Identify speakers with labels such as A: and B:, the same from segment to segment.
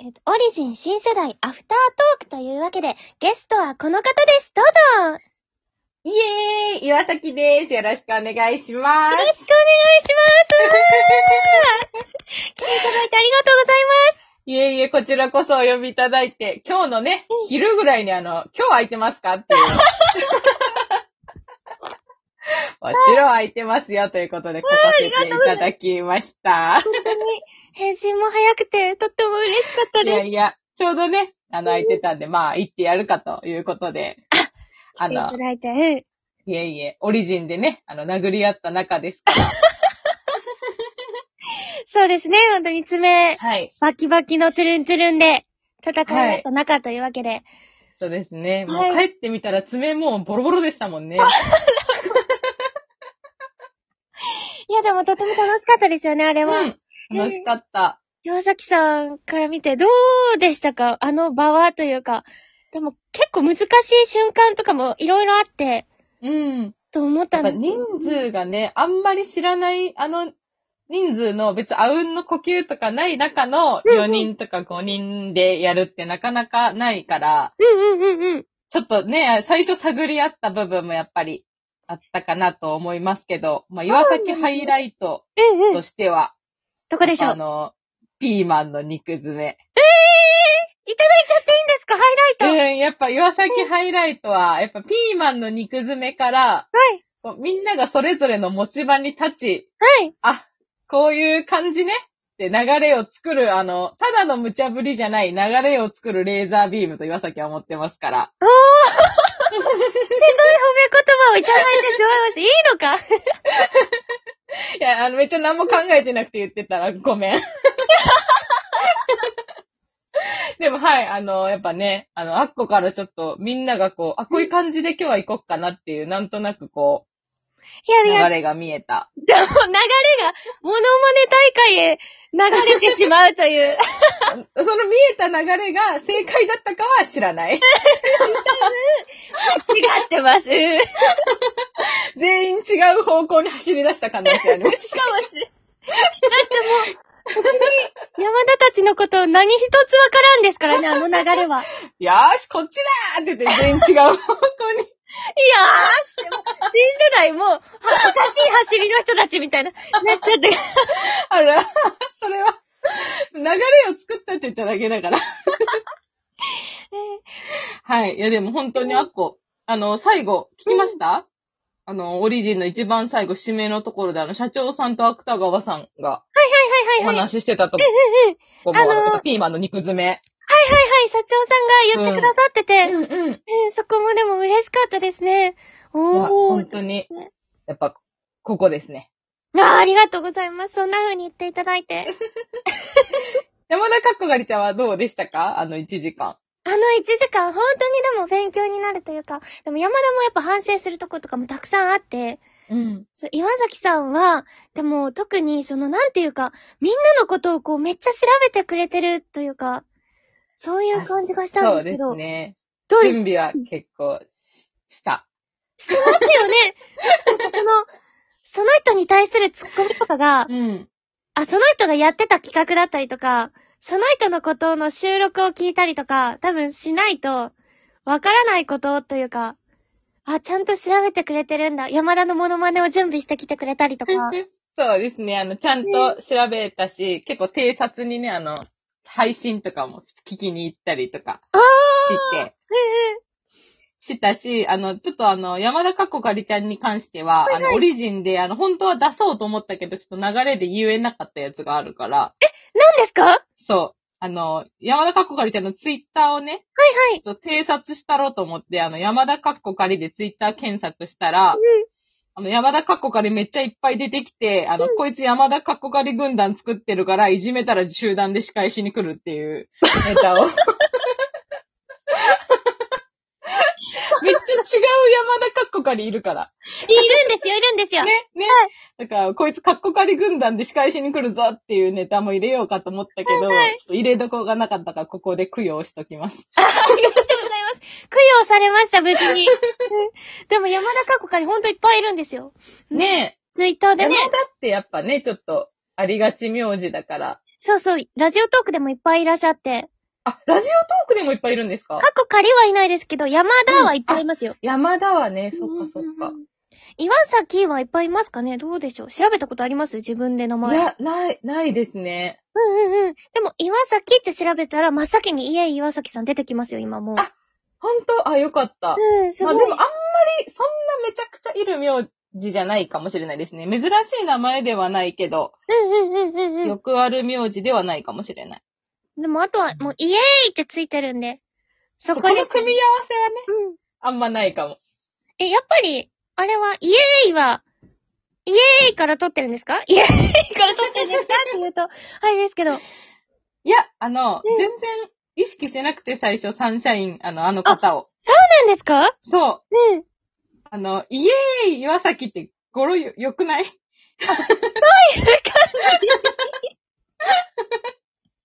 A: えっと、オリジン新世代アフタートークというわけで、ゲストはこの方です。どうぞ
B: イエーイ岩崎です。よろしくお願いし
A: よ
B: ま
A: ろし
B: す。
A: くお願いします。来ていただいてありがとうございます。
B: いえいえ、こちらこそお呼びいただいて、今日のね、昼ぐらいにあの、今日空いてます かっていう。もちろん空いてますよということで、来させていただきました。
A: 返信も早くて、とっても嬉しかった
B: いや
A: です。
B: いや、ちょうどね、あの、空いてたんで、まあ、行ってやるかということで、
A: 来ていただいて、うん。
B: いえいえ、オリジンでね、あの、殴り合った仲ですから。
A: そうですね、本当に爪、
B: はい。
A: バキバキのトゥルントゥルンで、戦い合った仲というわけで、
B: そうですね。もう
A: は
B: 帰ってみたら爪もうボロボロでした もんね。
A: いや、でもとても楽しかったですよね、あれは。
B: うん。楽しかった。
A: 岩崎さんから見てどうでしたかあの場はというか。でも結構難しい瞬間とかもいろいろあって、
B: うん。
A: と思った
B: や
A: ん
B: っぱ
A: ですけ
B: 人
A: ど
B: 数がね、あんまり知らない、あの、人数の別にあうんの呼吸とかない中の
A: うんうん
B: 4人とか5人でやるってなかなかないから、
A: うんうんうんうん。
B: ちょっとね、最初探り合った部分もやっぱりあったかなと思いますけど、まあ、岩崎ハイライト
A: うんう
B: と
A: ん。
B: しては、
A: どこでしょう
B: あの、ピーマンの肉詰め。
A: いただいちゃっていいんですかハイライト。
B: うん、やっぱ岩崎ハイライトは、やっぱピーマンの肉詰めから、
A: はい。
B: こうみんながそれぞれの持ち場に立ち、
A: はい。
B: あ、こういう感じねって流れを作る、あの、ただの無茶ぶりじゃない流れを作るレーザービームと岩崎は持ってますから。
A: おーすごい褒め言葉をいただいてしまいました。いいのか
B: いや、あの、めっちゃ何も考えてなくて言ってたらごめん。 でもはい、あの、やっぱね、あの、あっこからちょっとみんながこう、あ、こういう感じで今日は行こっかなっていう、なんとなくこ
A: いや
B: う、
A: い
B: 流
A: や、
B: れが見えた。
A: でも流れが、モノマネ大会へ流れてしまうという。
B: その見えた流れが正解だったかは知ら ない。
A: 違ってます。うん
B: 全員違う方向に走り出した可能性あります。
A: かもしれん。だってもう、別に山田たちのこと何一つわからんです からね、あの流れは。いや
B: よーし、こっちだーって言って全員違う方向
A: ー
B: に。
A: しても、新世代も、はおかしい走りの人たちみたいな、なっちゃって。
B: あら、それは、流れを作ったって言っただけだ から。はい。いや、でも本当にあっこ、あの、最後、聞きました、あの、オリジンの一番最後、指名のところで、あの、社長さんと芥川さんが
A: はいはい
B: お
A: はいはい。はい
B: 話ししてたと
A: うんうん。
B: ころ、
A: あのー
B: あのピーマンの肉詰め。
A: はい、社長さんが言ってくださってて、
B: んうん。
A: うんそこもでも嬉しかったですね。
B: まあ
A: お
B: 本
A: ー。
B: 当に、やっぱ、ここですね。
A: ああ、ありがとうございます。そんな風に言っていただいて。
B: 山田かっこがりちゃんはどうでしたかあの1時間。
A: あの1時間、本当にでも勉強になるというか、でも山田もやっぱ反省するところとかもたくさんあって、
B: うん。
A: そう、岩崎さんは、でも特にそのなんていうか、みんなのことをこうめっちゃ調べてくれてるというか、そういう感じがしたん
B: そ
A: で
B: う
A: す
B: で
A: けど、
B: すね。
A: どう です
B: 準備は結構しした。
A: してますよねなんかその、その人に対するツッコミとかが、
B: うん。
A: あ、その人がやってた企画だったりとか、その人のことの収録を聞いたりとか、多分しないと、わからないことというか、あ、ちゃんと調べてくれてるんだ。山田のモノマネを準備してきてくれたりとか。
B: そうですね。あの、ちゃんと調べたし、結構偵察にね、あの、配信とかも聞きに行ったりとか
A: あ
B: して、したし、あの、ちょっとあの、山田かっこかりちゃんに関しては、あの、オリジンで、あの、本当は出そうと思ったけど、ちょっと流れで言えなかったやつがあるから、
A: 何ですかは
B: そう。あの、山田かっこかりちゃんのツイッターをね、
A: いはい。
B: ちょっと偵察したろうと思って、あの、山田かっこかりでツイッター検索した
A: ん
B: ら、あの、山田かっこかりめっちゃいっぱい出てきて、あの、こいつ山田かっこかり軍団作ってるから、いじめたら集団で仕返しに来るっていうネタ を。めっちゃ違う山田かっこかりいるから。
A: いるんですよ、いるんですよ。
B: ね、ね。だから、こいつかっこかり軍団で仕返しに来るぞっていうネタも入れようかと思ったけど、
A: はい
B: ちょっと入れどころがなかったから、ここで供養しときます。
A: ありがとうございます。供養されました、別に。 うんでも山田かっこかりほんといっぱいいるんですよ。
B: ねえ。
A: ツイッターで
B: 山
A: ね。
B: 田ってやっぱね、ちょっと、ありがち名字だから、
A: そうそう、ラジオトークでもいっぱいいらっしゃって、
B: あ、ラジオトークでもいっぱいいるんですか
A: 過去仮はいないですけど、山田はいっぱいいますよ。
B: 山田はね、そっかそっ
A: う
B: か
A: んうん。うん。岩崎はいっぱいいますかねどうでしょう調べたことあります自分で名
B: い
A: 前。
B: や、ない、ないですね。
A: うんうんうん。でも、岩崎って調べたら、真っ先に家岩崎さん出てきますよ、今もう。
B: あほんと、あ、よかった。
A: うん、す
B: ま
A: ご
B: あ
A: い。
B: でもあんまり、そんなめちゃくちゃいる名字じゃないかもしれないですね。珍しい名前ではないけど、
A: うんうんうんうん
B: よ
A: う
B: くある名字ではないかもしれない。
A: ん。でも、あとは、もう、イエーイってついてるんで。そ
B: そ
A: こ
B: こ
A: に。
B: の組み合わせはね、
A: うん。
B: あんまないかも。
A: え、やっぱり、あれは、イエーイは、イエーイから撮ってるんですか イエーイから撮ってるんですかって言うと、あれですけど。
B: いや、あの、
A: うん
B: 全然意識してなくて最初、サンシャイン、あの、あの方を。
A: なんですか
B: そう。
A: うん。
B: あの、イエーイ岩崎って語呂よ、よくない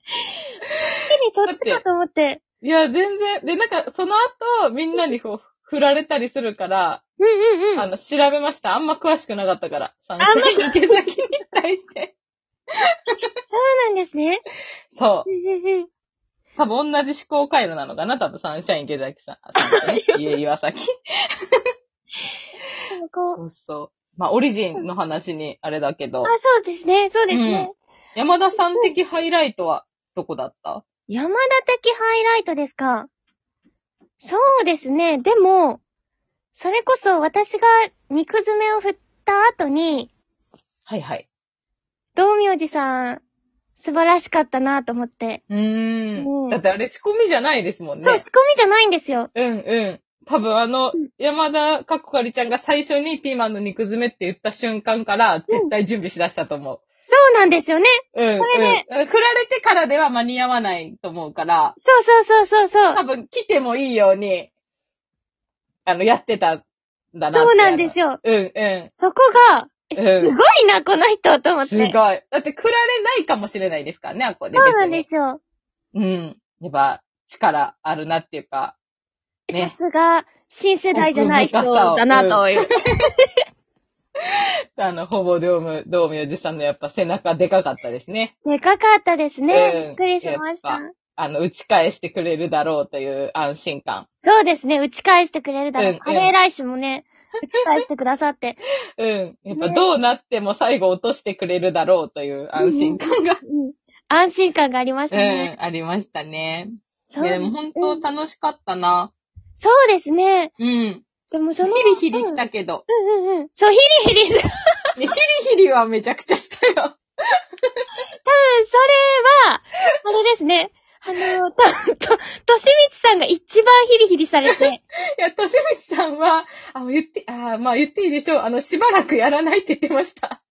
A: 手にそっちかと思って。
B: いや、全然。で、なんか、その後、みんなにこう、振られたりするから、
A: うんうんうん。
B: あの、調べました。あんま詳しくなかったから。サンシ
A: あんま
B: ャイン池崎に対して。
A: そうなんですね。
B: そう
A: う。んうんうん。
B: 多分同じ思考回路なのかな多分サンシャイン池崎 さん。さんとね家岩崎。
A: でもこう。
B: そうそう。まあ、オリジンの話にあれだけど
A: あ、、そうですね、そうですね。
B: 山田さん的ハイライトはどこだった
A: 山田的ハイライトですか。そうですね。でも、それこそ私が肉詰めを振った後に、
B: はいはい。
A: 道明寺さん、素晴らしかったなと思って。
B: うー
A: うん
B: ん。だってあれ仕込みじゃないですもんね。
A: そう、仕込みじゃないんですよ。
B: うんうん。多分あの
A: うん、
B: 山田かっこかりちゃんが最初にピーマンの肉詰めって言った瞬間から、絶対準備しだしたと思う。
A: そうなんですよね。
B: うん、うん。
A: それで
B: うん振られてからでは間に合わないと思うから、
A: そうそうそうそうそう
B: 多。分来てもいいように、あの、やってたんだなって。
A: そうなんです
B: よ。
A: よ。
B: うんう
A: そこが、え
B: うん
A: すごいな、この人と思っ
B: ん。
A: て。
B: すごい。だって振られないかもしれないですからね、あこで。。
A: そうなんですすよ。
B: うん。やっぱ、力あるなっていうか、
A: さ
B: ね。
A: すが、新世代じゃない人だなという。
B: あの、ほぼドーム、ドームよじさんのやっぱ背中でかかったですね。
A: でかかったです
B: うん
A: ね。びっくりしまし
B: や
A: た
B: っ。あの、打ち返してくれるだろうという安心感。
A: そうですね。打ち返してくれるだろ
B: うん
A: う
B: う
A: んカレーライスもね、打ち返してくださって。
B: うん。やっぱ
A: ね
B: どうなっても最後落としてくれるだろうという安心感が、
A: うん安心感がありまし
B: う
A: た
B: ん、
A: ね。
B: ありましたね。
A: そう
B: でも
A: う
B: 本
A: ん
B: 当楽しかったな。
A: そうですね。
B: うん。
A: でも
B: ヒ
A: その。
B: リヒリしたけど。
A: うんうんうん。そう、ヒリヒリする。うん
B: ヒリヒリはめちゃくちゃしたよ。
A: それは、あれですね。あの、と、と、としみつさんが一番ヒリヒリされて。
B: いや、としみつさんは、あ、言って、あ、まあ言っていいでしょう。あの、しばらくやらないって言ってま した。あ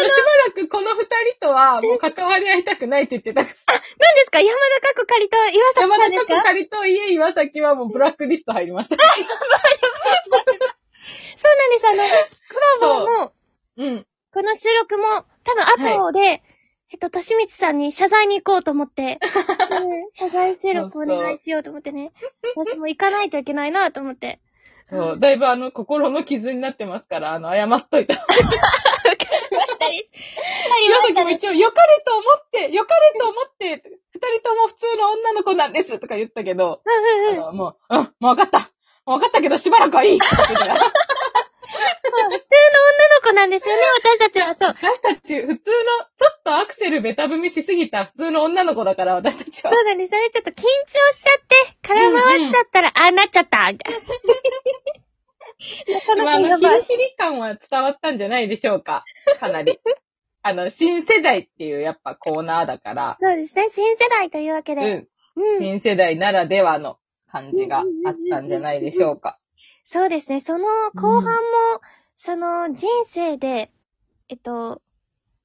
B: の、しばらくこの二人とは、もう関わり合いたくないって言ってた から。
A: 何ですか山田かっこ借りと岩崎
B: 山
A: さ
B: 田
A: んです
B: か
A: か
B: こかりと家岩崎はもうブラックリスト入りました。
A: そうなんです。あの、コラボも、
B: うん。
A: この収録も、多分後で、えっと、としみつさんに謝罪に行こうと思 って、うん謝罪収録お願いしようと思ってね。私も行かないといけないなと思って。
B: そう、だいぶあの、心の傷になってますから、あの、謝っといた。
A: 二 人、二人
B: 岩崎も
A: ね。
B: 一応、良かれと思って、良かれと思って、二人とも普通の女の子なんですとか言ったけど、
A: うんうん
B: あ
A: うん。
B: の、もう、うん、もう分かった。もう分かったけど、しばらくはいいって言ってたから。
A: そう普通の女の子なんですよね、私たちは。そう。
B: 私たち、普通の、ちょっとアクセルベタ踏みしすぎた普通の女の子だから、私たちは
A: そ。うなんです。それちょっと緊張しちゃって、空回っちゃったら、ああなっちゃった、みたいな。
B: でも
A: なか
B: あ
A: なか
B: の、
A: や
B: ヒ
A: ば
B: リ
A: い。
B: ヒリ感は伝わったんじゃないでしょうか。かなり。あの、新世代っていうやっぱコーナーだから、
A: そうですね、新世代というわけ
B: う
A: で。
B: ん。
A: うん。
B: 新世代ならではの感じがあったんじゃないでしょうか。
A: そうですね。その後半も、その人生で、えっと、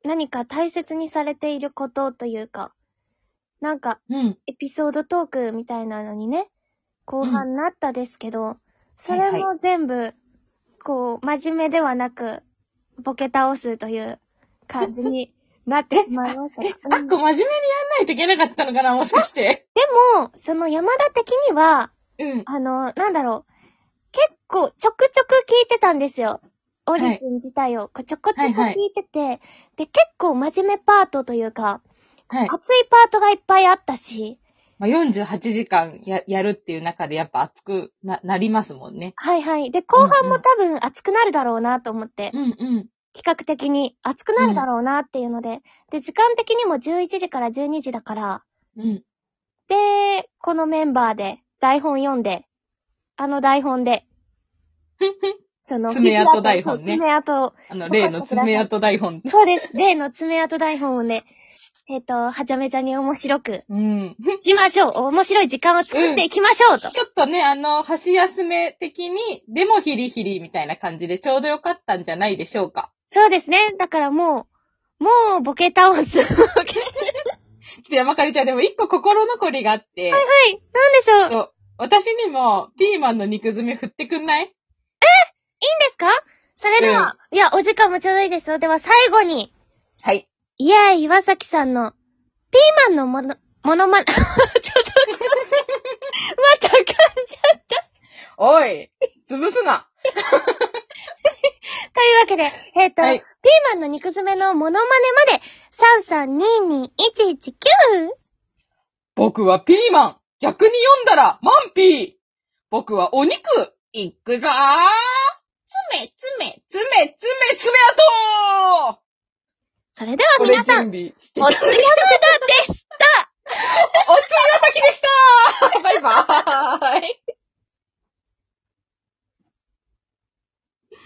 A: 何か大切にされていることというか、なんか
B: うん。
A: エピソードトークみたいなのにね、後半なったですけど、そ
B: は
A: れ
B: いは
A: も全部、こう、真面目ではなく、ボケ倒すという感じに なってしまいました。
B: え、
A: うん
B: あっこ真面目にやんないといけなかったのかなもしかして。
A: でも、その山田的には、
B: うん。
A: あの、なんだろう、結構ちょくちょく聞いてたんですよ。オリジン自体をこうちょこちょこ聞いてて、で、結構真面目パートというか、
B: はい。
A: 熱いパートがいっぱいあったし、
B: まあ、48時間ややるっていう中でやっぱ熱くななりますもんね。
A: はいはい。で、後半
B: うんう
A: も
B: ん
A: 多分熱くなるだろうなと思って、
B: うんうん。
A: 企画的に熱くなるだろうなっていうので、で、時間的にも11時から12時だから、
B: うん。
A: で、このメンバーで台本読んで、あの台本で、その、
B: 爪痕台本ね
A: そう爪痕、
B: あの、例の爪痕台 本。
A: そうです。例の爪痕台本をね、 えっ、と、はちゃめちゃに面白く
B: うん。
A: しましょう。面白い時間を作っていきましょうと。
B: ちょっとね、あの、箸休め的に、でもヒリヒリみたいな感じでちょうどよかったんじゃないでしょう か。
A: そうですね。だからもう、もうボケ倒す。 ボケはい
B: ちょっと山かりちゃんでも一個心残りがあって、
A: はい。なんでしょう。いいんで
B: そう私にもピーマンの肉詰め振ってくんない
A: すかそれでは、いや、お時間もちょうどいいですよ。では最後に、
B: はい。
A: イエーイ、岩崎さんの、ピーマンのもの、ものまね、ちょ っと、また噛んじゃった。
B: おい潰すな
A: というわけで、えっ、と、
B: はい
A: ピーマンの肉詰めのモノマネまで、3322119!
B: 僕はピーマン逆に読んだらマンピー僕はお肉いくぞーつめつめつめつめつめあとー
A: それでは皆さん、
B: これ準備して
A: お疲れ様でした